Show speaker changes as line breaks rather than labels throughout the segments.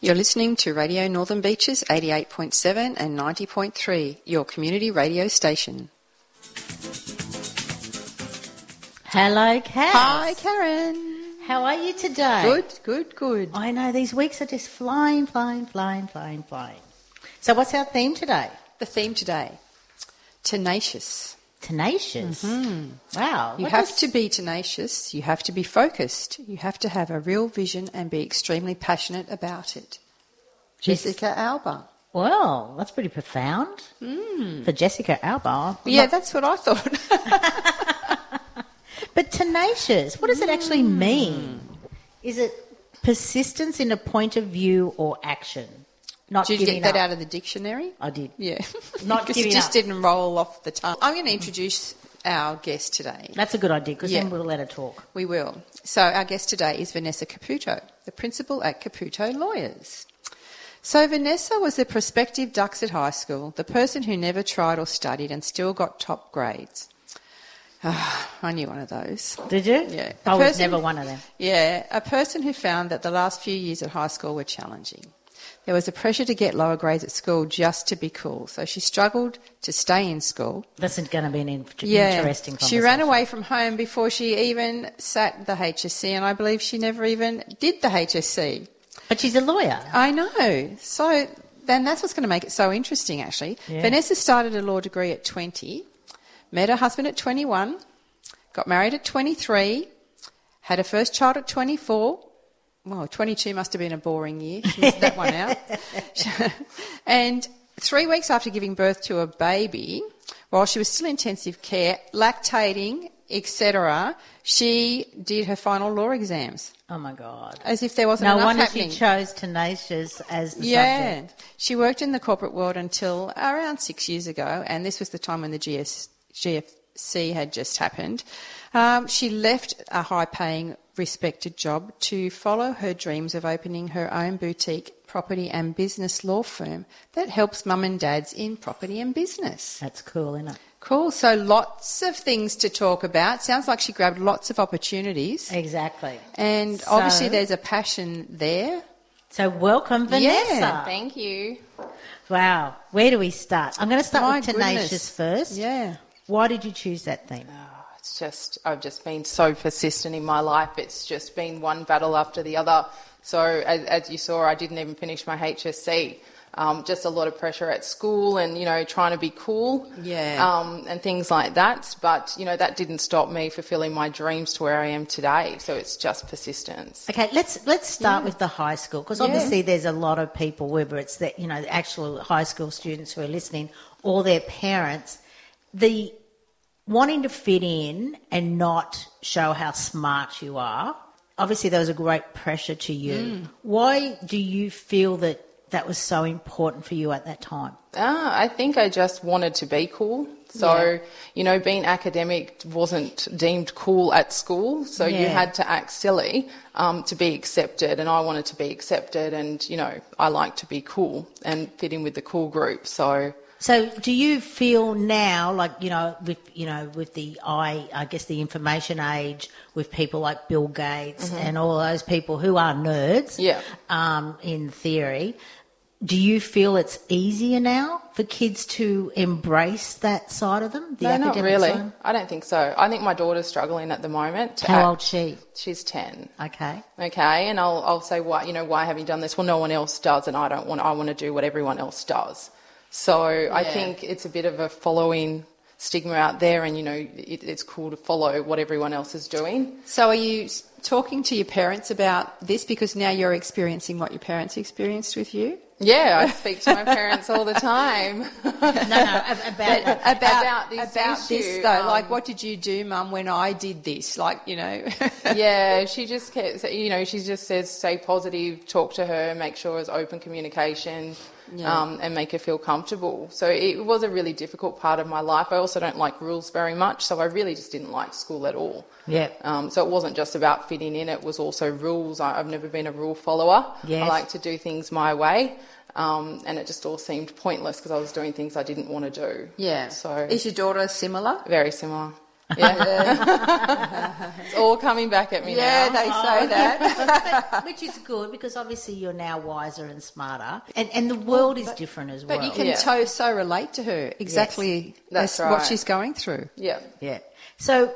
You're listening to Radio Northern Beaches 88.7 and 90.3, your community radio station.
Hello, Kaz.
Hi, Karen.
How are you today?
Good, good, good.
I know these weeks are just flying, flying, flying, flying, flying. So, what's our theme today?
The theme today tenacious.
Tenacious. Wow.
Mm-hmm. You
what
have
does-
to be tenacious, you have to be focused, you have to have a real vision and be extremely passionate about it.
Yes.
Jessica Alba.
Well, that's pretty profound for Jessica Alba.
Mm. Yeah, that's what I thought.
But tenacious, what does it actually
Hmm.
mean? Is it persistence in a point of view or action? Not
Did you
giving
get that
up.
out of the dictionary?
I did.
Yeah.
Not
because
giving
it just
up.
didn't roll off the tongue. I'm going to introduce our guest today.
That's a good idea because
Yeah.
then we'll let her talk.
We will. So our guest today is Vanessa Caputo, the principal at Caputo Lawyers. So Vanessa was the prospective Ducks at high school, the person who never tried or studied and still got top grades. Ah, I knew one of those.
Did you?
Yeah.
I
A
was
person-
never one of them.
Yeah, a person who found that the last few years at high school were challenging. There was a pressure to get lower grades at school just to be cool, so she struggled to stay in school.
This is going to be an in- interesting conversation.
She ran away from home before she even sat the HSC, and I believe she never even did the HSC.
But she's a lawyer.
I know. So then that's what's going to make it so interesting, actually.
Yeah.
Vanessa started a law degree at 20, met her husband at 21, got married at 23, had her first child at 24. Well, 22 must have been a boring year. She missed that one out. and three weeks after giving birth to a baby, while she was still in intensive care, lactating, etc., she did her final law exams,
Oh my God.
as if there wasn't
No
enough
wonder
happening.
she chose tenacious as the
Yeah.
subject.
She worked in the corporate world until around six years ago, and this was the time when the GS, GFC had just happened. Um, she left a high paying, respected job to follow her dreams of opening her own boutique property and business law firm that helps mum and dads in property and business.
That's cool, isn't it?
Cool. So lots of things to talk about. Sounds like she grabbed lots of opportunities.
Exactly.
And obviously,
So-
there's a passion there.
So welcome, Vanessa.
Thank you.
Wow. Where do we start? I'm going to start
My
with tenacious
goodness.
first.
Yeah.
Why did you choose that theme?
uh, It's just, I've just been so persistent in my life. It's just been one battle after the other. So, as, as you saw, I didn't even finish my HSC. Um, just a lot of pressure at school and, you know, trying to be cool.
Yeah.
Um, and things like that. But, you know, that didn't stop me fulfilling my dreams to where I am today. So it's just persistence.
Okay, let's let's start with the high school because obviously there's a lot of people, whether it's the you know the actual high school students who are listening or their parents, the wanting to fit in and not show how smart you are. Obviously, there was a great pressure to you. Why do you feel that that was so important for you at that time?
Ah, I think I just wanted to be cool. So, you know, being academic wasn't deemed cool at school. So you
Yeah.
had to act silly um, to be accepted. And I wanted to be accepted. And, you know, I like to be cool and fit in with the cool group. So,
So, do you feel now, like you know, with you know, with the I, I guess the information age, with people like Bill Gates and all those people who are nerds,
Mm-hmm. Yeah.
um, in theory, do you feel it's easier now for kids to embrace that side of them? The
no, not
academic
really.
side?
I don't think so. I think my daughter's struggling at the moment. to act-
How old's she?
She's 10.
Okay.
okay and I'll, I'll say why you know why haven't you done this well no one else does and i don't want i want to do what everyone else does so i think it's a bit of a following stigma out there and you know it, it's cool to follow what everyone else is doing
So, are you s- talking to your parents about this because now you're experiencing what your parents experienced with you?
yeah i speak to my parents all the time
No, no, ab- about that.
About,
About this
about this
issue,
though,
um,
like what did you do, Mum, when I did this? Like you know,
yeah, she just kept, you know, she just says stay positive, talk to her, make sure it's open communication.
Yeah.
um, and make her feel comfortable. So it was a really difficult part of my life. I also don't like rules very much, so I really just didn't like school at all.
Yeah.
Um, so it wasn't just about fitting in; it was also rules. I, I've never been a rule follower.
Yes.
I like to do things my way, um, and it just all seemed pointless because I was doing things I didn't want to do.
Yeah.
So
is your daughter similar?
very similar. Yeah. it's all coming back at me
Yeah,
now.
they say that.
But- which is good because obviously you're now wiser and smarter, and and the world is different as well.
But you can
Yeah.
so so relate to her exactly
That's
as what
right.
she's going through.
yeah.
Yeah. So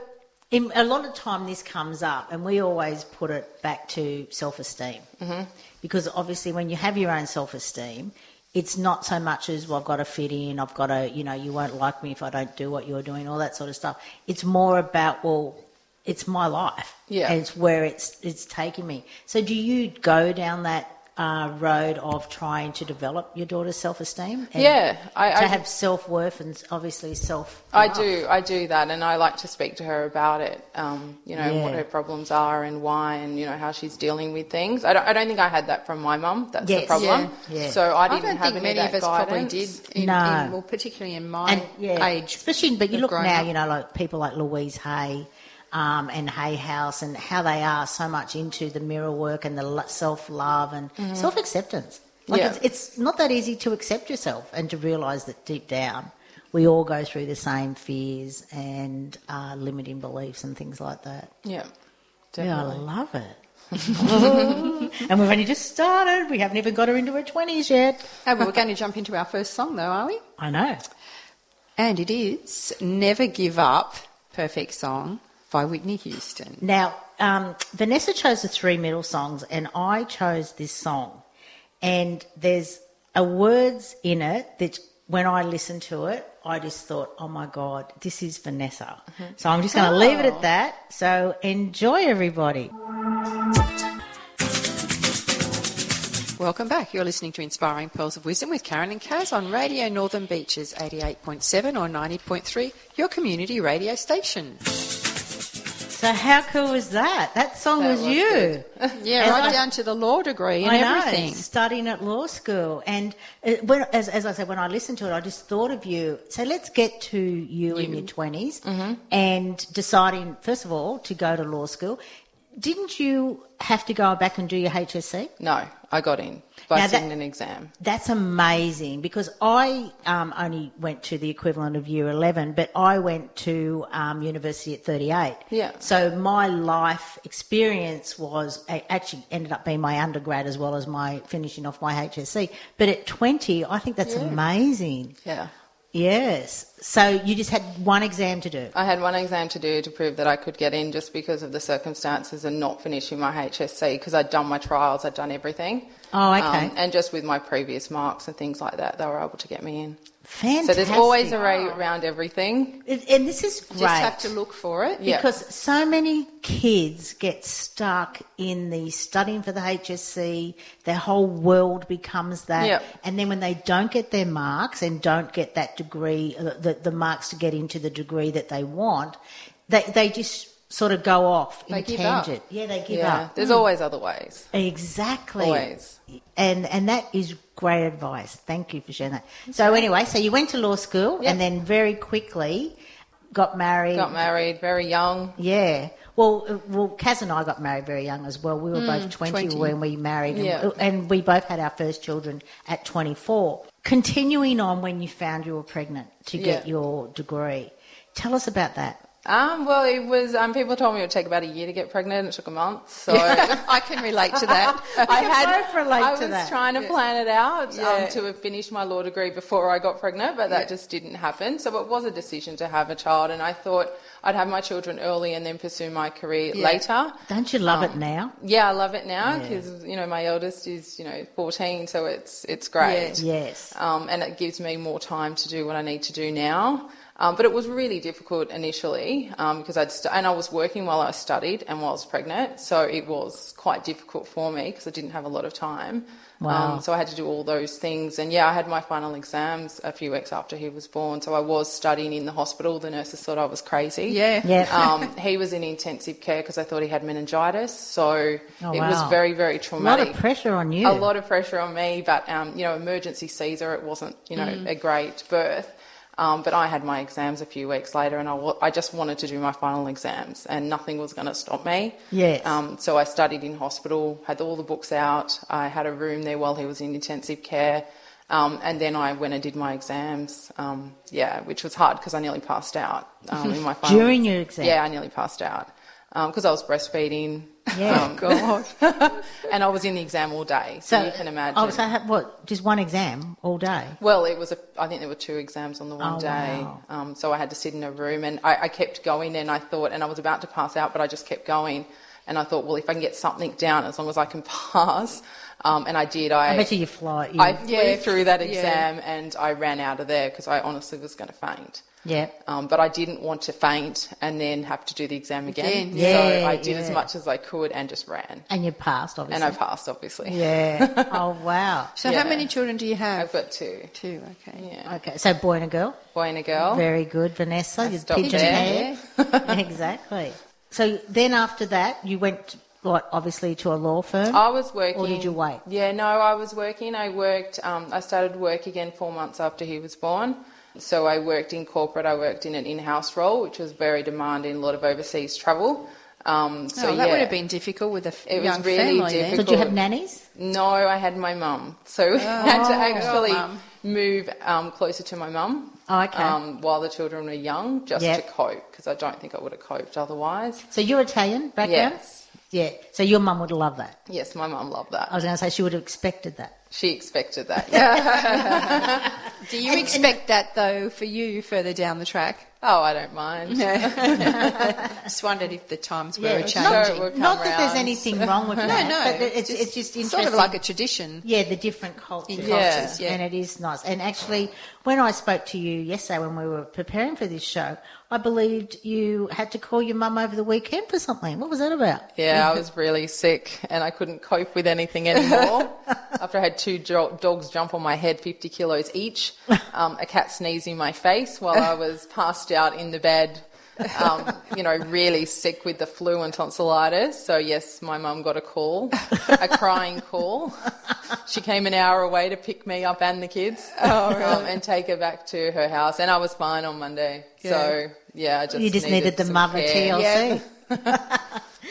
in, a lot of time this comes up, and we always put it back to self esteem. Mm-hmm. Because obviously, when you have your own self esteem, it's not so much as, well, I've got to fit in, I've got to, you know, you won't like me if I don't do what you're doing, all that sort of stuff. It's more about, well, it's my life.
Yeah.
And it's where it's, it's taking me. So do you go down that uh, road of trying to develop your daughter's self esteem?
Yeah, I-
to
I-
have self worth and obviously self.
I do, I do that, and I like to speak to her about it. Um, you know, and what
Yeah.
her problems are and why, and you know how she's dealing with things. I don't, I don't think I had that from my mum. That's
Yes.
the problem.
Yeah. Yeah.
So I
I,
didn't
don't
have
think
any
many
of,
of
that
us probably
guidance.
did, in,
No.
in- well, particularly in my
and yeah,
age.
especially. But you
of
look
growing
now,
up.
you know, like people like Louise Hay um, and Hay House, and how they are so much into the mirror work and the self love and self acceptance. Like
Yeah.
it's, it's not that easy to accept yourself and to realise that deep down we all go through the same fears and uh, limiting beliefs and things like that.
Yeah,
Yeah, I
definitely.
love it. and we've only just started. We haven't even got her into her twenties yet.
Oh, well, we're going to jump into our first song, though, are we?
I know.
And it is Never Give Up, perfect song by Whitney Houston.
Now, um, Vanessa chose the three middle songs, and I chose this song. And there's a words in it that when I listened to it, I just thought, oh my God, this is Vanessa. So I'm just going to leave it
Oh.
at that. So enjoy, everybody.
Welcome back. You're listening to Inspiring Pearls of Wisdom with Karen and Kaz on Radio Northern Beaches 88.7 or 90.3, your community radio station.
So, how cool was that? That song
That
was,
was
you.
good.
Yeah,
And
right
I-
down to the law degree and
I know,
everything.
studying at law school. And uh, when, as, as I said, when I listened to it, I just thought of you. So let's get to you, in your 20s
Mm-hmm.
and deciding, first of all, to go to law school. Didn't you have to go back and do your HSC?
No, I got in by
Now that-
sitting an exam.
That's amazing because I um, only went to the equivalent of year 11, but I went to um, university at 38.
Yeah.
So my life experience was it actually ended up being my undergrad as well as my finishing off my HSC. But at 20, I think that's amazing.
Yeah.
Yes. So you just had one exam to do.
I had one exam to do to prove that I could get in just because of the circumstances and not finishing my HSC because I'd done my trials, I'd done everything. Um,
Oh, okay.
and just with my previous marks and things like that, they were able to get me in.
Fantastic.
So there's always a way around everything.
And- And this is great.
Just have to look for it.
Yeah.
Because so many kids get stuck in the studying for the HSC, their whole world becomes that.
Yep.
And then when they don't get their marks and don't get that degree, uh, the, the marks to get into the degree that they want, they, they just sort of go off in
They
a
give up.
tangent. Yeah, they give
yeah.
up. Mm.
There's always other ways.
Exactly.
Always.
And and that is great advice. Thank you for sharing that. So anyway, so you went to law school
Yep.
and then very quickly got married.
Got married very young.
Yeah. Well, uh, well, Kaz and I got married very young as well. We were both 20,
20.
when we married, and-
Hmm, Yeah.
and, we both had our first children at 24. Continuing on when you found you were pregnant to get
Yeah.
your degree, tell us about that.
Um, well, it was. Um, people told me it would take about a year to get pregnant. It took a month. So.
I can relate to that.
I
can both relate
I
to
was
that.
trying to plan it out
Yeah.
um, to have finished my law degree before I got pregnant, but that
Yeah.
just didn't happen. So it was a decision to have a child, and I thought I'd have my children early and then pursue my career
Yeah.
later.
Don't you love
Um,
it now?
Yeah, I love it now
Yeah.
because you know my eldest is you know 14, so it's it's great
Yes.
um, and it gives me more time to do what I need to do now. Um, but it was really difficult initially um, because I'd st- and I was working while I studied and while I was pregnant, so it was quite difficult for me because I didn't have a lot of time.
Wow.
Um, so I had to do all those things, and yeah, I had my final exams a few weeks after he was born. So I was studying in the hospital. The nurses thought I was crazy.
Yeah.
Yeah.
Um, he was in intensive care because I thought he had meningitis, so
Oh,
it was
wow.
very very
A lot
traumatic.
of pressure on you.
Oh, A lot of pressure on me, but um, you know, emergency Caesar. It wasn't you know
Mm.
a great birth, um, but I had my exams a few weeks later, and I wa- I just wanted to do my final exams, and nothing was going to stop me.
Yes.
Um, so I studied in hospital, had all the books out. I had a room there while he was in intensive care. Um, and then I went and did my exams, um, yeah, which was hard because I nearly passed out um, in my final
During your exam?
Yeah, I nearly passed out because I was breastfeeding.
Yeah.
God. and I was in the exam all day, so, you can imagine.
Oh, so ha- what? Just one exam all day.
well, it was a, I think there were two exams on the one
Oh,
day,
wow.
um, so I had to sit in a room, and I, I kept going. And I thought, and I was about to pass out, but I just kept going, and I thought, well, if I can get something down, as long as I can pass, um, and I did. I,
I bet you you fly. You,
I flew
Yeah,
through that
yeah.
exam, and I ran out of there because I honestly was going to faint.
yeah.
Um, but I didn't want to faint and then have to do the exam again.
Again,
yeah.
so I did
Yeah,
as
yeah.
much as I could and just ran.
And you passed, obviously.
And I passed, obviously.
yeah. oh wow.
So
Yeah.
how many children do you have?
I've got two,
Two. Okay.
Yeah.
Okay. So boy and a girl.
boy and a girl.
Very good, Vanessa. You
stopped
pigeon
there.
hair. exactly. So then after that, you went like obviously to a law firm.
I was working.
Or did you wait?
Yeah, no, I was working. I worked. Um, I started work again four months after he was born. So I worked in corporate. I worked in an in-house role, which was very demanding. A lot of overseas travel. Um, so
oh, that
yeah.
would have been difficult with a f-
It was
young
really
family.
so
then.
did you have
good.
nannies?
No, I had my mum. So I had
Oh.
to actually
mum.
move um, closer to my mum.
Oh, okay.
Um, while the children were young, just
Yep.
to cope, because I don't think I would have coped otherwise.
So you're Italian background.
Yes.
Yeah. So your mum would love that.
Yes, my mum loved that.
I was going to say she would have expected that.
She expected that. Yeah.
Do you expect that though for you further down the track?
oh, I don't mind.
Just wondered if the times were a
not-
changing.
Sure, it would
Not,
come
that there's
round.
anything wrong with
no,
that.
no.
But it's, it's just interesting.
Sort of like a tradition.
Yeah, the different cultures.
cultures, yeah.
And it is nice. And actually, when I spoke to you yesterday when we were preparing for this show, I believed you had to call your mum over the weekend for something. What was that about?
Yeah, I was really sick and I couldn't cope with anything anymore. After I had two jo- dogs jump on my head, 50 kilos each, um, a cat sneezed in my face while I was passed out in the bed, um, you know, really sick with the flu and tonsillitis. So, yes, my mum got a call, a crying call. She came an hour away to pick me up and the kids
Oh,
um, and take her back to her house. And I was fine on Monday. So, yeah, I just
you just needed, the
some
mother
care.
TLC.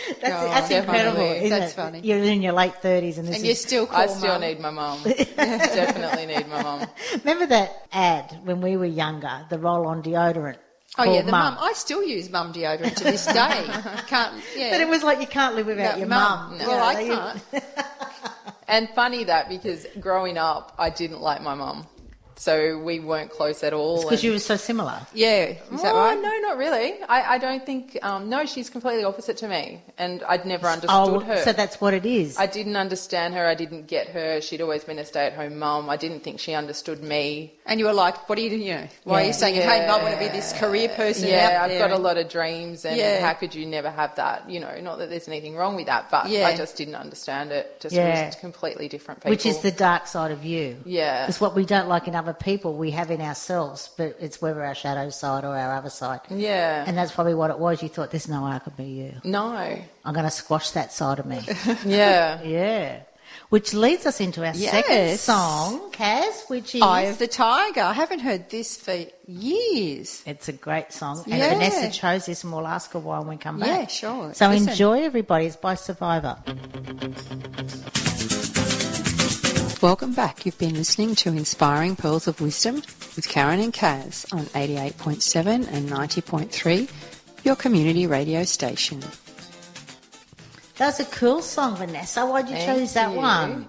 Yeah.
that's that's
definitely.
incredible, isn't
That's
it?
funny.
You're in your late 30s and this
And
is
you still call
I still
mum.
need my mum. Definitely need my mum.
Remember that ad when we were younger, the roll-on deodorant?
Oh yeah,
called
the mum. I still use mum deodorant to this day. Can't. Yeah.
But it was like you can't live without
No,
your
mum.
mum.
No.
You
Well,
know,
I
you-
can't.
And funny that because growing up, I didn't like my mum, so we weren't close at all.
Because
and-
you were so similar.
Yeah. Is that
Oh,
right?
No, not really. I, I don't think. Um, no, she's completely opposite to me, and I'd never understood her.
Oh, so that's what it is.
I didn't understand her. I didn't get her. She'd always been a stay-at-home mum. I didn't think she understood me.
And you were like, "What are you doing? You know, why are
Yeah.
you saying, hey, mum, I want to be this career person
yeah,
out
I've
there?"
got a lot of dreams, and
Yeah.
how could you never have that? You know, not that there's anything wrong with that, but
Yeah.
I just didn't understand it. Just
Yeah.
was completely different people.
Which is the dark side of you.
Yeah.
It's what we don't like in other people, we have in ourselves, but it's whether our shadow side or our other side.
yeah.
And that's probably what it was. You thought, there's no way I could be you.
no.
I'm going to squash that side of me.
Yeah.
yeah. Which leads us into our second
Yes.
song, Kaz, which is.
Eye of the tiger. I haven't heard this for years.
It's a great song. And
Yeah.
Vanessa chose this, and we'll ask her why when we come back.
Yeah, sure. Let's
So
listen.
enjoy, everybody. It's by Survivor.
Welcome back. You've been listening to Inspiring Pearls of Wisdom with Karen and Kaz on 88.7 and 90.3, your community radio station.
That's a cool song, Vanessa. Why'd you
Thank
choose that
you.
one?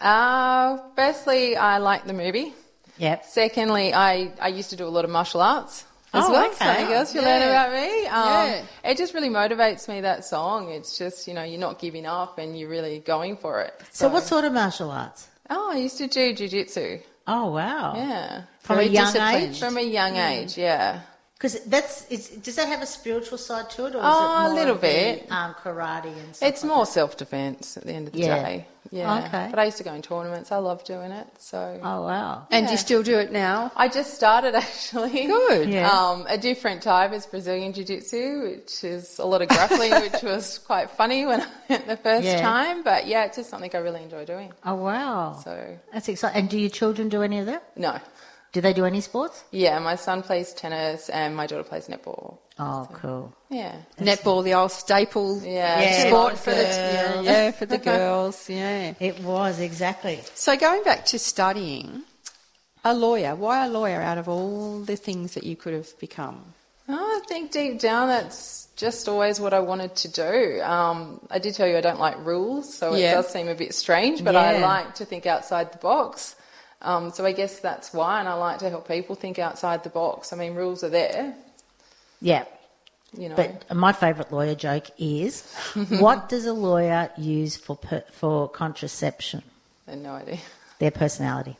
Uh, firstly, I like the movie.
Yep.
Secondly, I, I used to do a lot of martial arts as
Oh,
well.
okay.
Something else you
Yeah.
learn about me. Um,
Yeah.
It just really motivates me, that song. It's just, you know, you're not giving up and you're really going for it.
So, what sort of martial arts?
Oh, I used to do jujitsu.
Oh wow.
Yeah.
From
Very
a young
disciplined.
age.
From a young age, yeah.
Because that's is, does that have a spiritual side to it, or is
Oh,
it
a
more
little
of the,
bit.
um, karate and stuff?
It's more self defense at the end of the
Yeah.
day. Yeah.
Okay.
But I used to go in tournaments. I love doing it. So
oh wow.
And you still do it now?
I just started actually.
Good.
Yeah.
Um, a different type is Brazilian Jiu Jitsu, which is a lot of grappling, which was quite funny when I went the first
Yeah.
time. But yeah, it's just something I really enjoy doing.
Oh wow.
So,
That's exciting. And do your children do any of that?
no.
Do they do any sports?
Yeah, my son plays tennis and my daughter plays netball.
Oh, cool.
Yeah.
Netball, the old staple
Yeah.
Yeah.
sport for the yeah,
girls.
yeah, for the girls. Yeah.
It was exactly.
So going back to studying, a lawyer. Why a lawyer out of all the things that you could have become?
Oh, I think deep down that's just always what I wanted to do. Um, I did tell you I don't like rules, so
Yeah.
it does seem a bit strange, but I
Yeah.
like to think outside the box. Um, so I guess that's why, and I like to help people think outside the box. I mean, rules are there,
Yeah.
you know.
But my favourite lawyer joke is, what does a lawyer use for per, for contraception?
I had no idea.
Their personality.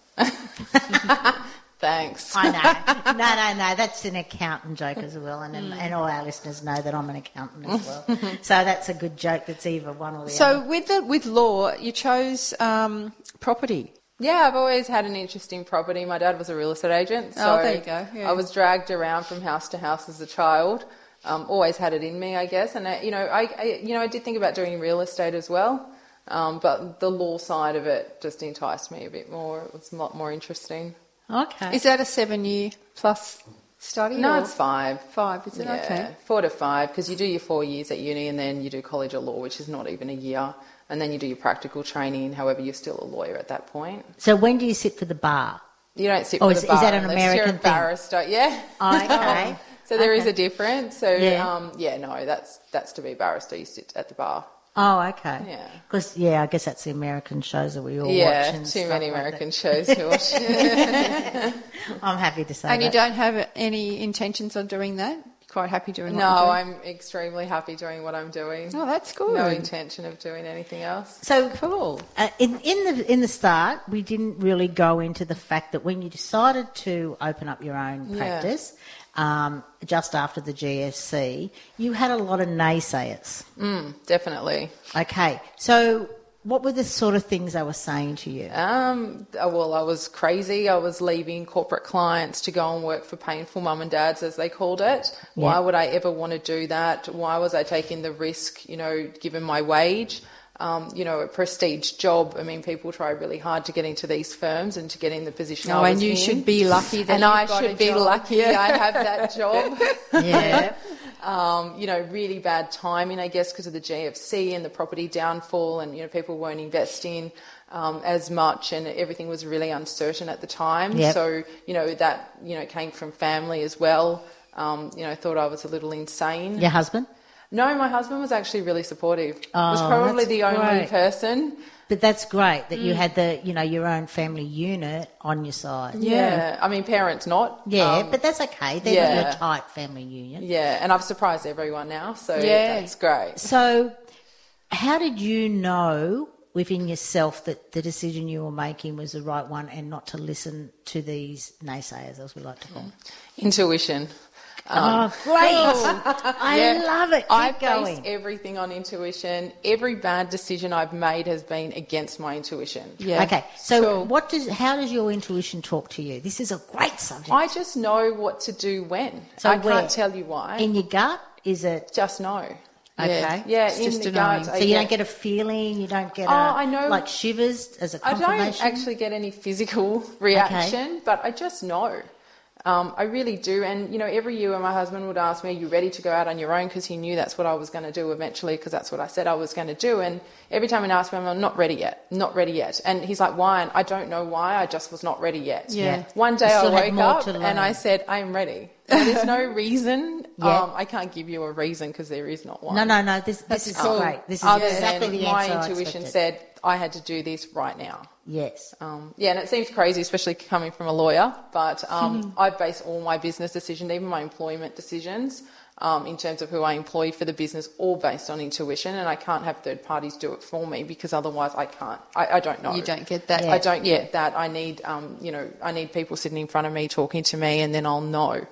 Thanks.
I know. No, no, no. That's an accountant joke as well, and and all our listeners know that I'm an accountant as well. so that's a good joke. That's either one or the other.
So with the with law, you chose um, property.
Yeah, I've always had an interest in property. My dad was a real estate agent, so
Oh, there you go, yeah.
I was dragged around from house to house as a child. Um, always had it in me, I guess. And I, you know, I, I you know I did think about doing real estate as well, um, but the law side of it just enticed me a bit more. It was a lot more interesting.
okay.
Is that a seven year plus study?
No,
or-
it's five.
Five, is it?
Yeah,
Okay.
four to five because you do your four years at uni and then you do college or law, which is not even a year, and then you do your practical training. However, you're still a lawyer at that point.
So when do you sit for the bar?
You don't sit
Oh,
for
is-
the
is
bar
that an
unless you're
American
a
thing?
barrister. Yeah. Um,
Oh, okay.
so there is
Okay.
a difference. So
Yeah.
yeah. Um, yeah, no, that's that's to be a barrister. You sit at the bar.
Oh, okay.
Yeah.
Because yeah, I guess that's the American shows that we all watch.
yeah,
and
too
stuff
many
like that.
American shows to watch.
I'm happy to say
And you
that.
don't have any intentions of doing that? You're quite happy doing what
no,
you're doing?
I'm extremely happy doing what I'm doing.
Oh, that's good.
No intention of doing anything else.
so
Cool.
Uh, in, in the in the start, we didn't really go into the fact that when you decided to open up your own
Yeah.
practice, um, just after the GFC, you had a lot of naysayers.
Mm, definitely.
Okay, so what were the sort of things they were saying to you?
Um, uh, well, I was crazy. I was leaving corporate clients to go and work for painful mum and dads, as they called it. Why
Yeah.
would I ever want to do that? Why was I taking the risk, you know, given my wage? Um, you know, a prestige job. I mean, people try really hard to get into these firms and to get in the position
Oh,
I
and
was
you
in.
should be lucky that
and
you've
I
got a
should be
job.
lucky I have that job.
Yeah.
um, you know, really bad timing, I guess, because of the GFC and the property downfall, and you know, people weren't investing um, as much, and everything was really uncertain at the time.
Yep.
So, you know, that you know came from family as well. Um, you know, thought I was a little insane.
Your husband?
No, my husband was actually really supportive. was
Oh,
probably
that's
the only
great.
person.
But that's great that you
Mm.
had the you know your own family unit on your side.
Yeah. I mean, parents not.
Yeah,
Um,
but that's okay. They're
yeah.
not your tight family union.
yeah, and I've surprised everyone now, so
Yeah.
that's great.
So, how did you know within yourself that the decision you were making was the right one and not to listen to these naysayers, as we like to call them?
Intuition.
oh, great! I
Yeah.
love it. Keep
I
going.
base everything on intuition. Every bad decision I've made has been against my intuition.
Yeah.
Okay, so
Sure.
what does? How does your intuition talk to you? This is a great subject.
I just know what to do when.
So
I
where?
can't tell you why.
In your gut, is it?
just know.
Okay.
Yeah, yeah
It's
in
just
the
a
gut.
knowing.
So
I
you don't get a feeling. You don't get. a,
Oh, I know-
Like shivers as a
I
confirmation.
don't actually get any physical reaction, but I just know. Um, I really do. And, you know, every year when my husband would ask me, Are you ready to go out on your own? Because he knew that's what I was going to do eventually, because that's what I said I was going to do. And every time he asked me, I'm not ready yet, not ready yet. And he's like, Why? And I don't know why. I just was not ready yet.
Yeah.
One day
You
I
still had
woke
more
up
to learn.
and I said, I'm ready. There's no reason.
Yeah.
Um, I can't give you a reason because there is not one Um,
No, no, no. This this is
cool.
great. This is
other
exactly
than
the
my
answer I
intuition
expected.
said I had to do this right now.
Yes.
Um, yeah, and it seems crazy, especially
Hmm.
coming from a lawyer, but um, I base all my business decisions, even my employment decisions, um, in terms of who I employ for the business, all based on intuition, and I can't have third parties do it for me because otherwise I can't. I, I don't know.
You don't get that.
I don't get that. I need, um, you know, I need people sitting in front of me talking to me, and then I'll know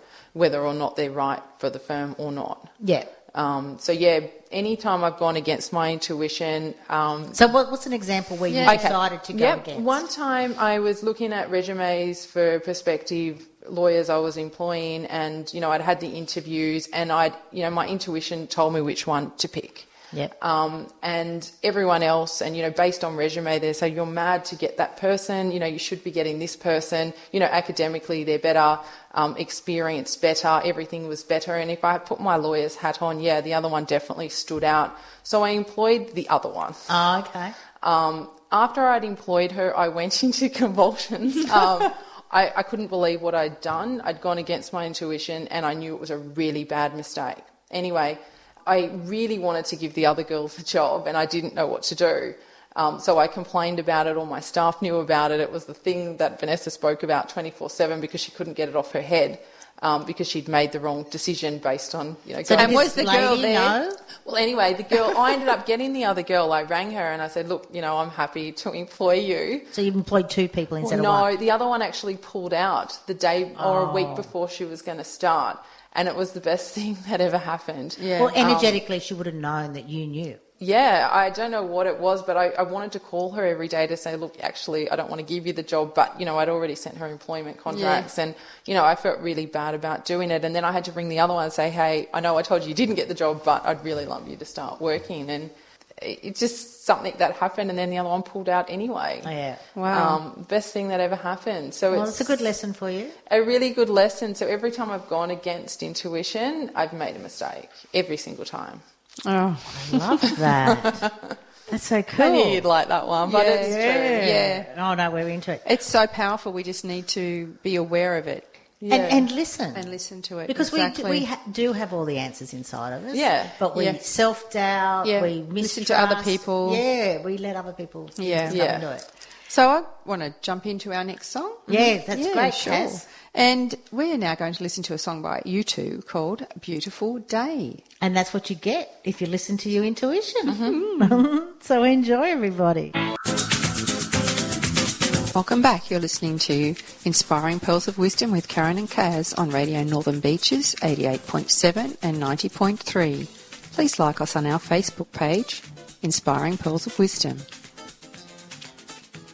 whether or not they're right for the firm or not.
Yeah.
Um, so yeah, anytime I've gone against my intuition, um,
So what, what's an example where you decided to go
yep.
against?
One time I was looking at resumes for prospective lawyers I was employing, and you know I'd had the interviews, and I, would you know, my intuition told me which one to pick.
Yep.
Um, and everyone else, and you know, based on resume, they say you're mad to get that person. You know, you should be getting this person. You know, academically they're better, um, experience better, everything was better. And if I had put my lawyer's hat on, yeah, the other one definitely stood out. So I employed the other one.
Oh, okay.
Um, after I'd employed her, I went into convulsions. Um, I, I couldn't believe what I'd done. I'd gone against my intuition and I knew it was a really bad mistake. Anyway, I really wanted to give the other girl the job and I didn't know what to do. Um, so I complained about it. All my staff knew about it. It was the thing that Vanessa spoke about 24 7 because she couldn't get it off her head um, because she'd made the wrong decision based on, you know,
So did
going-
And was
this
the girl
lady
there?
know?
well, anyway, the girl, I ended up getting the other girl. I rang her and I said, Look, you know, I'm happy to employ you.
So you employed two people instead
no,
of one.
the other one actually pulled out the day or a week before she was going to start. And it was the best thing that ever happened.
Yeah. um,
Well, energetically, she would have known that you knew.
Yeah, I don't know what it was, but I, I wanted to call her every day to say, look, actually, I don't want to give you the job, but, you know, I'd already sent her employment contracts and, you know, I felt really bad about doing it. And then I had to ring the other one and say, hey, I know I told you you didn't get the job, but I'd really love you to start working. And it- it's just something that happened, and then the other one pulled out anyway.
Oh, yeah.
Wow.
Um, best thing that ever happened. So
Well,
it's
it's a good lesson for you.
a really good lesson. So every time I've gone against intuition, I've made a mistake every single time.
Oh.
Love that. That's so cool.
I knew you'd like that one, but
Yeah.
it's true. Yeah.
Yeah. Oh no, we're into it.
It's so powerful. We just need to be aware of it
Yeah.
And, and listen.
and listen to it.
Because
exactly.
we, do, we ha- do have all the answers inside of us.
Yeah,
But we
yeah.
self doubt,
Yeah,
we
listen to other
mistrust.
people.
Yeah, we let other people
Yeah.
come
Yeah.
into it.
So I want to jump into our next song. Mm-hmm.
Yeah, that's great, Kaz.
And we are now going to listen to a song by you two called Beautiful Day.
And that's what you get if you listen to your intuition.
Mm-hmm.
so enjoy, everybody.
Welcome back. You're listening to Inspiring Pearls of Wisdom with Karen and Kaz on Radio Northern Beaches 88.7 and 90.3. Please like us on our Facebook page, Inspiring Pearls of Wisdom.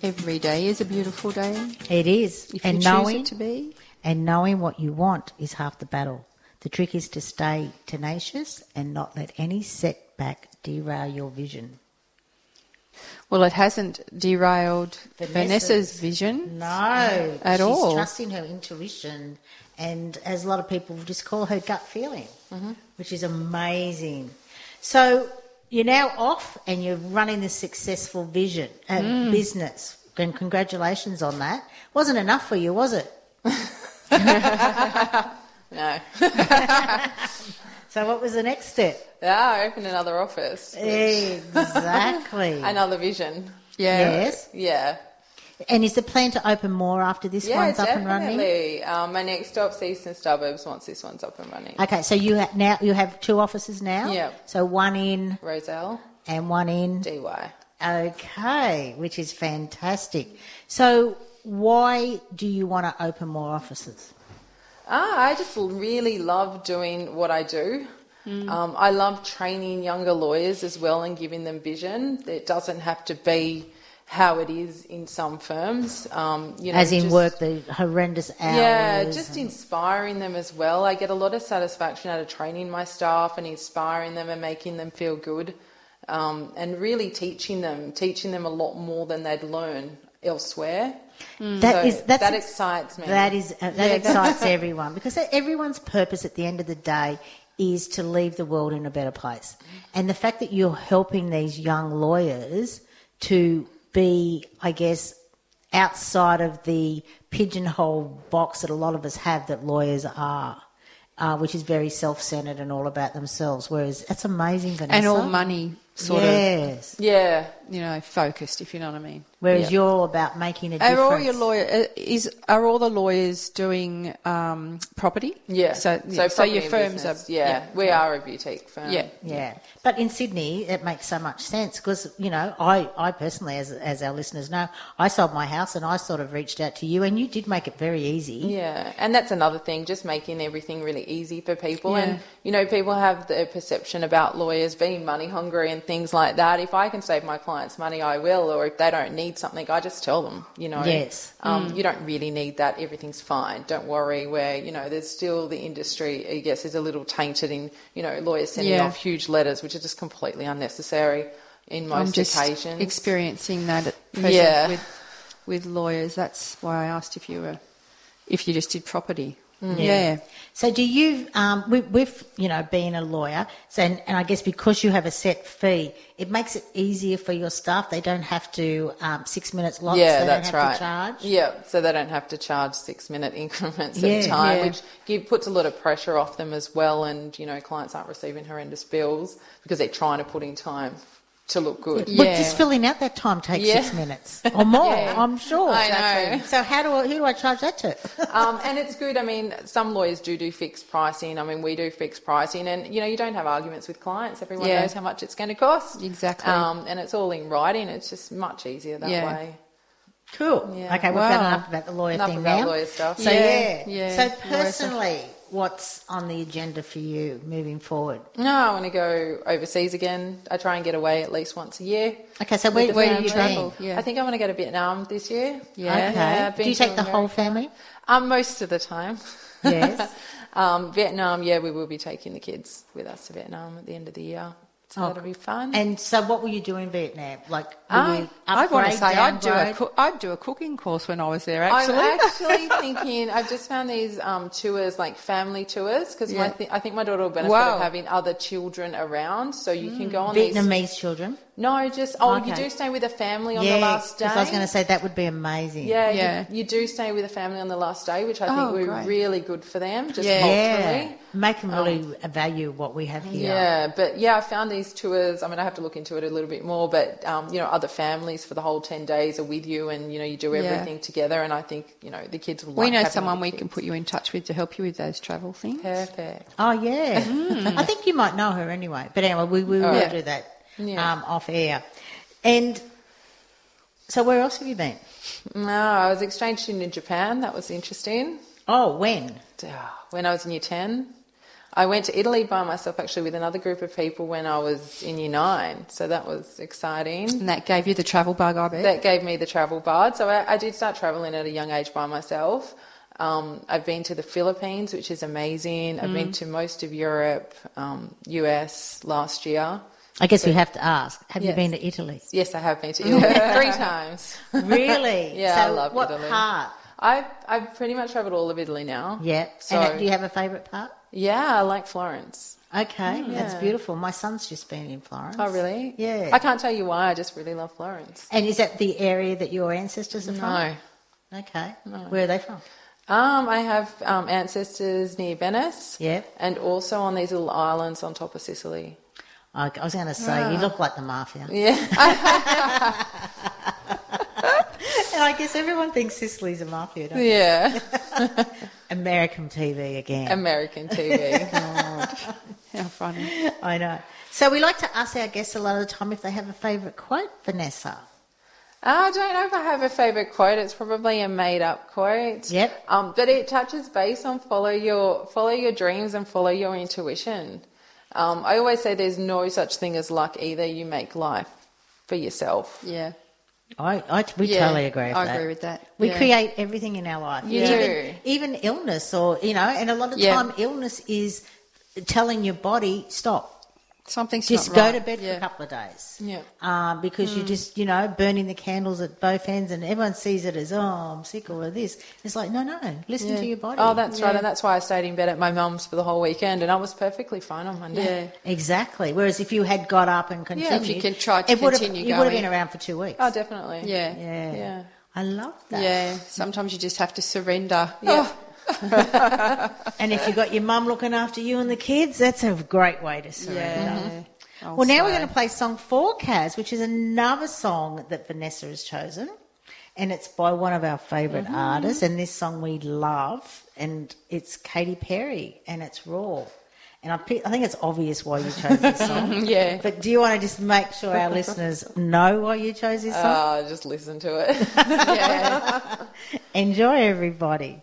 Every day is a beautiful day
It is.
if
and
you
knowing
choose it to be.
and knowing what you want is half the battle. The trick is to stay tenacious and not let any setback derail your vision.
Well, it hasn't derailed
Vanessa's.
Vanessa's vision.
No,
At
she's
all.
trusting her intuition, and as a lot of people just call her gut feeling,
Mm-hmm.
which is amazing. So you're now off, and you're running this successful vision uh,
Mm.
business, and congratulations on that. Wasn't enough for you, was it?
No.
So what was the next step?
Yeah, I opened another office,
Exactly.
another vision.
Yeah.
Yes.
Yeah.
And is the plan to open more after this
Yeah,
one's up and running?
definitely. Um, my next stop's Eastern Suburbs once this one's up and running.
Okay, so you ha- now you have two offices now.
Yeah.
So one in
Roselle,
and one in.
DY.
Okay, which is fantastic. So why do you want to open more offices?
Ah, I just really love doing what I do.
Mm.
Um, I love training younger lawyers as well and giving them vision. It doesn't have to be how it is in some firms. Um, you know,
As in
just-
work the horrendous hours.
Yeah, just inspiring them as well. I get a lot of satisfaction out of training my staff and inspiring them and making them feel good, um, and really teaching them, teaching them a lot more than they'd learn elsewhere.
That
So
is- that's
that
ex-
excites me.
That is uh, that excites everyone because everyone's purpose at the end of the day is to leave the world in a better place. And the fact that you're helping these young lawyers to be, I guess, outside of the pigeonhole box that a lot of us have that lawyers are. Uh, which is very self-centered and all about themselves. Whereas that's amazing, Vanessa.
And all money sort
yes.
Yeah.
of, you know, focused, if you know what I mean.
Whereas
Yeah.
you're all about making a difference.
Are all your lawyer uh, is are all the lawyers doing um, property?
Yeah.
So yeah, so
property
your
and
firms
business,
are
Yeah, we are a boutique firm.
Yeah.
Yeah, but in Sydney, it makes so much sense because you know, I, I personally, as as our listeners know, I sold my house and I sort of reached out to you, and you did make it very easy.
Yeah, and that's another thing, just making everything really easy for people.
Yeah.
And, you know, people have the perception about lawyers being money hungry and things like that. If I can save my clients money, I will. Or if they don't need something, I just tell them, you know.
Yes.
Mm.
Um, You don't really need that. Everything's fine. Don't worry. Where, you know, there's still the industry, I guess, is a little tainted in, you know, lawyers sending
Yeah.
off huge letters, which are just completely unnecessary in most
I'm just
occasions.
experiencing that at present
Yeah.
with with lawyers. That's why I asked if you were if you just did property.
Mm.
Yeah.
So do you? Um, with, with you know being a lawyer, so and, and I guess because you have a set fee, it makes it easier for your staff. They don't have to um, six minutes lots.
Yeah,
they
that's
don't have
right.
to charge.
Yeah, so they don't have to charge six minute increments
Yeah.
at a time,
Yeah.
which give, puts a lot of pressure off them as well. And you know, clients aren't receiving horrendous bills because they're trying to put in time to look good.
But
Yeah.
just filling out that time takes
Yeah.
six minutes or more.
Yeah.
I'm sure.
I know.
So how do I, who do I charge that to?
um, and it's good. I mean, some lawyers do do fixed pricing. I mean, we do fixed pricing, and you know, you don't have arguments with clients. Everyone
Yeah.
knows how much it's going to cost.
Exactly.
Um, and it's all in writing. It's just much easier that
Yeah.
way.
Cool.
Yeah.
Okay, we've
Wow.
got enough about the lawyer
Enough
thing
about
now.
lawyer stuff.
So yeah.
Yeah, yeah.
So
Lawyer stuff.
personally, what's on the agenda for you moving forward?
No, I want to go overseas again. I try and get away at least once a year.
Okay, so where,
the
where are
family
you
travel.
going?
Yeah.
I think I'm going to go to Vietnam this year. Uh,
Yeah.
okay.
Yeah, I've
Do
been
you
to
take the whole family?
Um, most of the time.
Yes.
um, Vietnam, yeah, we will be taking the kids with us to Vietnam at the end of the year. So
Oh,
that'll be fun.
And so, what will you do in Vietnam? Like, will
I,
you
Ah, I want to
upgrade,
say I'd do a
downgrade?
coo- I'd do a cooking course when I was there. Actually,
I'm actually thinking. I've just found these um, tours, like family tours, because
Yeah.
th- I think my daughter will benefit
Wow.
of having other children around. So you can go on these.
Vietnamese children.
No, just oh, you
Okay.
do stay with a family on
yeah,
the last day.
because I was going to say that would be amazing.
Yeah,
Yeah.
You, you do stay with a family on the last day, which I think
Oh,
were
great.
really good for them, just
Yeah.
yeah.
culturally.
Make them really value what we have here.
Yeah. but yeah, I found these tours. I mean, I have to look into it a little bit more, but um, you know, other families for the whole ten days are with you, and you know, you do
Yeah.
everything together. And I think you know, the kids will.
we
like
know
having
someone
the
we can
kids.
put you in touch with to help you with those travel things.
Perfect.
Oh yeah,
Mm.
I think you might know her anyway. But anyway, we, we will
Yeah.
do that
Yeah.
um, off air. And so, where else have you been?
No, I was exchanged student in Japan. That was interesting.
Oh, when?
Ah, When I was in year ten, I went to Italy by myself, actually, with another group of people when I was in year nine. So that was exciting.
And that gave you the travel bug, I bet.
that gave me the travel bug. So I, I did start traveling at a young age by myself. Um, I've been to the Philippines, which is amazing. I've been
Mm.
to most of Europe, um, US last year.
I guess we have to ask. Have you
Yes.
been to Italy?
Yes, I have been to Italy three times.
Really?
Yeah,
So
I love
what
Italy.
part?
I've, I've pretty much traveled all of Italy now.
Yeah.
So,
and do you have a favourite part?
yeah, I like Florence.
Okay, that's
Mm, Yeah.
beautiful. My son's just been in Florence.
Oh, really?
Yeah.
I can't tell you why. I just really love Florence.
And is that the area that your ancestors are
No.
from? Okay. Where are they from?
Um, I have um, ancestors near Venice.
Yep.
And also on these little islands on top of Sicily.
I, I was going to say you look like the mafia.
Ah. Yeah.
And I guess everyone thinks Sicily's a mafia. Don't they?
yeah.
American TV again.
American TV.
How funny.
I know. So we like to ask our guests a lot of the time if they have a favourite quote, Vanessa.
Oh, I don't know if I have a favourite quote. It's probably a made-up quote.
Yep.
Um, but it touches base on follow your follow your dreams and follow your intuition. Um, I always say there's no such thing as luck either. You make life for yourself.
Yeah.
I, I we
Yeah,
totally agree with
I
that.
agree with that.
We
Yeah.
create everything in our life.
You do.
Even, even illness or, you know, and a lot of
Yeah.
time illness is telling your body, stop.
Something's
Just
not
go
right.
to bed for
Yeah. Mm.
a couple of days.
Yeah.
Um, because you just, you know, burning the candles at both ends and everyone sees it as, oh, I'm sick or this. It's like, no, no, listen to your body.
Oh, that's right,
Yeah.
and that's why I stayed in bed at my mum's for the whole weekend, and I was perfectly fine on Monday.
Yeah.
Exactly. Whereas if you had got up and continued,
if you can try to
it would have,
continue
you would have
going.
been around for two weeks.
Oh, definitely.
Yeah. Yeah.
yeah.
Yeah.
I love that.
Sometimes you just have to surrender.
Yeah.
And if you got your mum looking after you and the kids, that's a great way to surrender.
Yeah.
well, now we're going to play song four, Kaz, which is another song that Vanessa has chosen. And it's by one of our favorite
Mm-hmm.
artists. And this song we love. And it's Katy Perry. And it's Raw. And I, pick, I think it's obvious why you chose this song.
Yeah.
But do you want to just make sure our listeners know why you chose this
Uh.
song?
Ah, just listen to it.
Enjoy, everybody.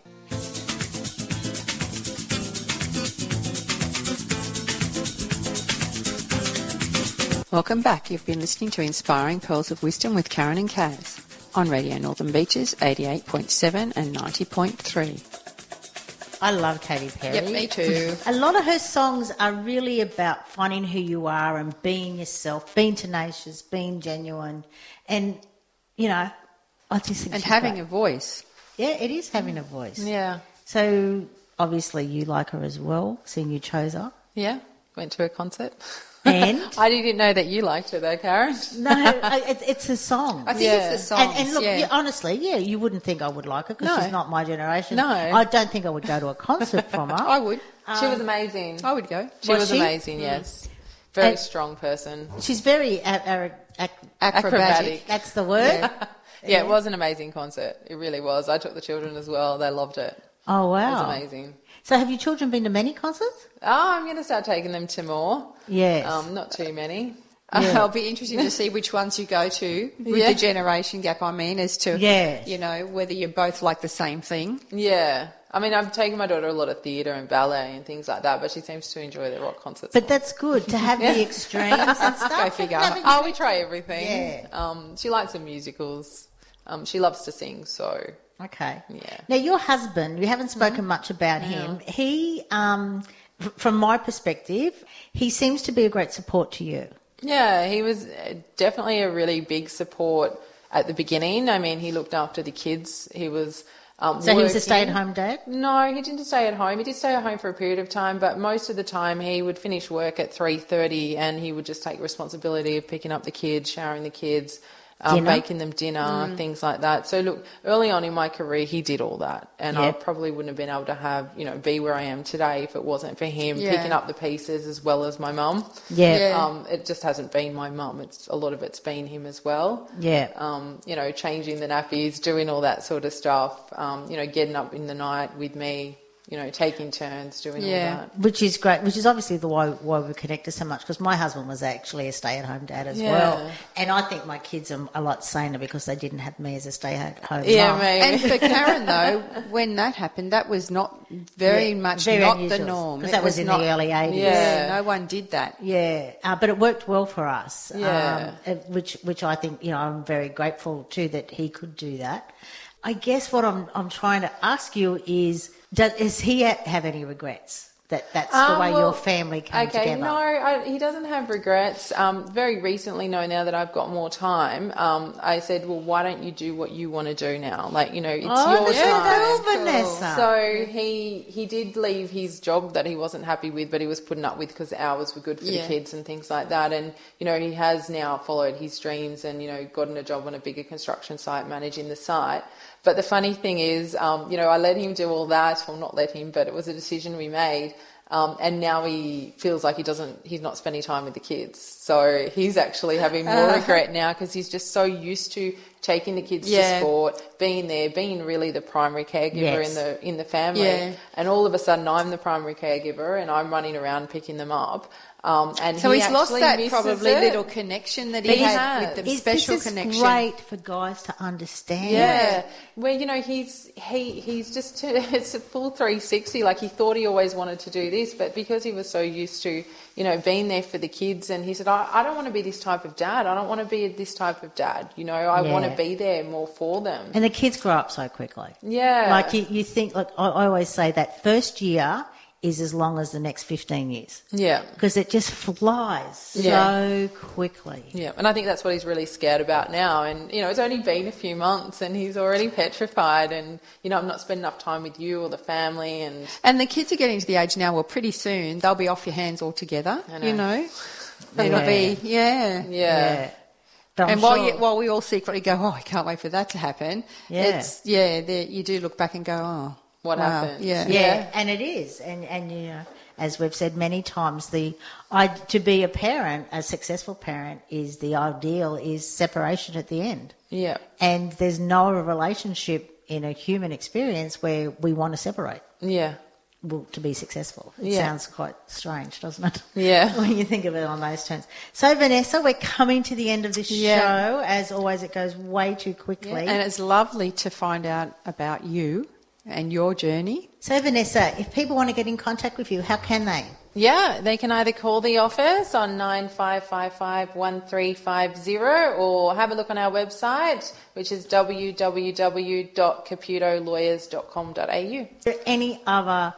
Welcome back. You've been listening to Inspiring Pearls of Wisdom with Karen and Kaz on Radio Northern Beaches 88.7 and 90.3.
I love Katy Perry.
Yep, me too.
A lot of her songs are really about finding who you are and being yourself, being tenacious, being genuine, and you know, I just think
And
she's
having
great.
a voice.
yeah, it is having a voice.
yeah.
So obviously you like her as well, seeing you chose her.
Yeah. Went to a concert.
And?
I didn't know that you liked it though, Karen.
No, I- it's it's a song.
I think it's
Yeah.
the songs.
and, and look,
yeah.
you- honestly, yeah, you wouldn't think I would like her because
No.
she's not my generation.
No.
I don't think I would go to a concert from her.
I would.
she was amazing.
I would go.
She
Was
was,
she? Hmm.
amazing, yes. Very
And-
strong person.
She's very a- a- ac-
Acrobatic.
that's the word.
Yeah, it was an amazing concert. It really was. I took the children as well. They loved it.
Oh
It was
wow!
amazing.
So, have your children been to many concerts?
Oh, I'm going to start taking them to more.
Yes.
Um, not too many.
I'll be interested to see which ones you go to with
Yeah.
the generation gap. I mean, as to
Yes.
you know whether you both like the same thing.
Yeah. I mean, I've taken my daughter a lot of theatre and ballet and things like that, but she seems to enjoy the rock concerts.
but that's good to have the extremes and stuff.
Go figure.
No, but
Oh, we try everything.
Yeah.
Um, she likes the musicals. Um, she loves to sing, so
Okay.
Yeah. Mm-hmm.
Now, your husband, we haven't spoken much about him. He, um, f- from my perspective, he seems to be a great support to you.
Yeah, he was uh, definitely a really big support at the beginning. I mean, he looked after the kids. He was um,
So he was a
working.
stay-at-home dad?
No, he didn't stay at home. He did stay at home for a period of time, but most of the time he would finish work at three thirty, and he would just take responsibility of picking up the kids, showering the kids, um,
Dinner? Mm.
making them dinner, things like that. So look, early on in my career, he did all that, and I
Yeah.
probably wouldn't have been able to have you know be where I am today if it wasn't for him
Yeah.
picking up the pieces as well as my mum.
Yeah.
Yeah.
Um, it just hasn't been my mum. It's a lot of it's been him as well.
Yeah.
Um, you know, changing the nappies, doing all that sort of stuff. Um, you know, getting up in the night with me. You know, taking turns doing
Yeah.
all that.
Which is great, which is obviously the why, why we connected so much because my husband was actually a stay at home dad as
Yeah.
well. And I think my kids are a lot saner because they didn't have me as a stay at home
Yeah,
mum.
maybe.
And for Karen though, when that happened, that was not very
Yeah,
much
very
not
unusual,
the norm.
'cause
It
that was in the early 80s.
Yeah,
Yeah.
no one did that.
Yeah, uh, but it worked well for us.
Yeah.
um, uh, which which I think you know I'm very grateful to that he could do that. I guess what I'm I'm trying to ask you is does is he ha- have any regrets that that's the
Um,
way
well,
your family came
okay,
together?
No, I, he doesn't have regrets. Um, very recently, no, now that I've got more time, um, I said, well, why don't you do what you want to do now? Like, you know, it's
oh,
your
look at
time.
you,
time. Cool.
Vanessa.
So he he did leave his job that he wasn't happy with, but he was putting up with because the hours were good for
Yeah.
the kids and things like that. And you know he has now followed his dreams and you know gotten a job on a bigger construction site managing the site. But the funny thing is, um, you know, I let him do all that. Well, not let him, but it was a decision we made. Um, and now he feels like he doesn't, he's not spending time with the kids. So he's actually having more regret now because he's just so used to taking the kids
Yeah.
to sport, being there, being really the primary caregiver
Yes.
in the uh, in the family,
Yeah.
and all of a sudden I'm the primary caregiver and I'm running around picking them up. Um, and
So
he
he's lost
actually
that
misses
probably
it.
little connection that he,
But he
had
has.
with the
Is-
special
this is
connection.
great for guys to understand.
Yeah, where you know he's he he's just it's a full 360. Like he thought he always wanted to do this, but because he was so used to you know being there for the kids, and he said, I, I don't want to be this type of dad. I don't want to be this type of dad. You know, I want
Yeah.
to be there more for them.
And the kids grow up so quickly.
Yeah.
Like you, you think, like I I always say that first year is as long as the next 15 years.
Yeah.
Because it just flies
Yeah.
so quickly.
Yeah, and I think that's what he's really scared about now. And you know, it's only been a few months, and he's already petrified. And you know, I'm not spending enough time with you or the family. And
And the kids are getting to the age now where pretty soon they'll be off your hands altogether.
I know.
You know, it'll be yeah.
yeah,
But I'm
and while,
sure-
you, while we all secretly go, oh, I can't wait for that to happen.
Yeah.
It's, yeah, there, you do look back and go, oh,
What
wow,
happened?
Yeah.
yeah,
Yeah.
and it is, and and you know, as we've said many times, the I, to be a parent, a successful parent, is the ideal is separation at the end.
Yeah.
And there's no relationship in a human experience where we want to separate
Yeah.
well, to be successful. It
Yeah.
sounds quite strange, doesn't it?
Yeah.
when you think of it on those terms. So, Vanessa, we're coming to the end of this
Yeah.
show. As always, it goes way too quickly.
And it's lovely to find out about you and your journey.
so, Vanessa, if people want to get in contact with you, how can they?
Yeah, they can either call the office on 9555-1350 or have a look on our website, which is www.caputolawyers.com.au.
Is there any other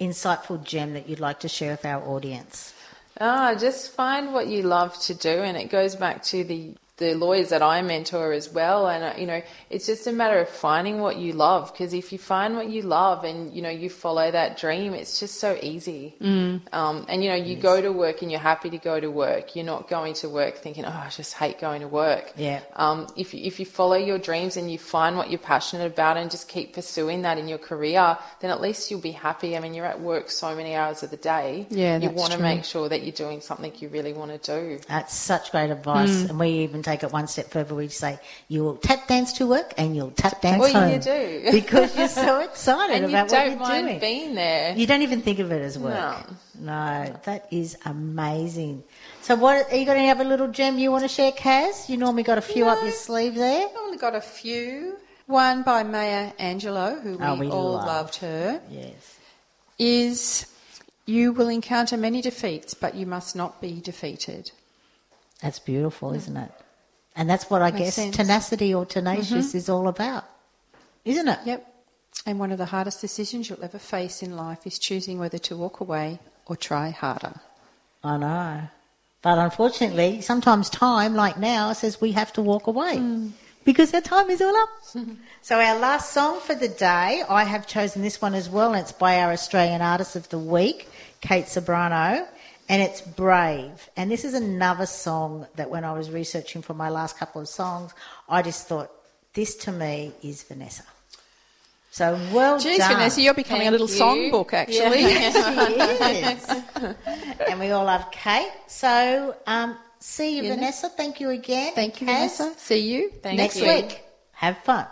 insightful gem that you'd like to share with our audience?
Ah, just find what you love to do, and it goes back to the the lawyers that I mentor as well. And uh, you know, it's just a matter of finding what you love. Because if you find what you love, and you know, you follow that dream, it's just so easy. Mm. Um, and you know, you go to work, and you're happy to go to work. You're not going to work thinking, "Oh, I just hate going to work."
Yeah.
Um, if you, if you follow your dreams and you find what you're passionate about, and just keep pursuing that in your career, then at least you'll be happy. I mean, you're at work so many hours of the day.
Yeah,
you
that's
want to
true.
make make sure that you're doing something you really want to do.
That's such great advice.
Hmm.
And we even take it one step further. We say, you'll tap dance to work and you'll tap dance
Well,
home.
you do.
because you're so excited
And you
about
don't
what you're
mind
doing.
being there.
You don't even think of it as work.
No.
No, that is amazing. So, what are you got any other little gem you want to share, Kaz? You normally got a few up your sleeve there.
I've only got a few. One by Maya Angelou, who we,
Oh, we
all
love.
loved her.
Yes.
is you will encounter many defeats, but you must not be defeated.
That's beautiful, isn't it? And that's what I
Mm. Makes
guess
sense. Mm-hmm.
tenacity or tenacious is all about, isn't it?
Yep. And one of the hardest decisions you'll ever face in life is choosing whether to walk away or try harder.
I know. But unfortunately, sometimes time, like now, says we have to walk away
Hmm.
because our time is all up. so, our last song for the day, I have chosen this one as well, and it's by our Australian Artist of the Week, Kate Sobrano, and it's Brave. And this is another song that when I was researching for my last couple of songs, I just thought, this to me is Vanessa. So, well
Jeez,
done.
Vanessa, you're becoming a
Thank
little
you.
songbook, actually.
She is. and we all love Kate. So, um, see you,
You know.
Vanessa. Thank you again.
Thank you,
Kaz.
Vanessa. See you
Thank
Next
you.
week. Have fun.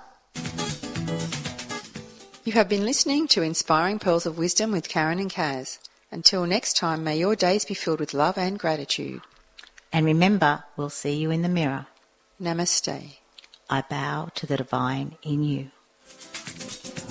You have been listening to Inspiring Pearls of Wisdom with Karen and Kaz. Until next time, may your days be filled with love and gratitude.
And remember, we'll see you in the mirror.
Namaste.
I bow to the divine in you.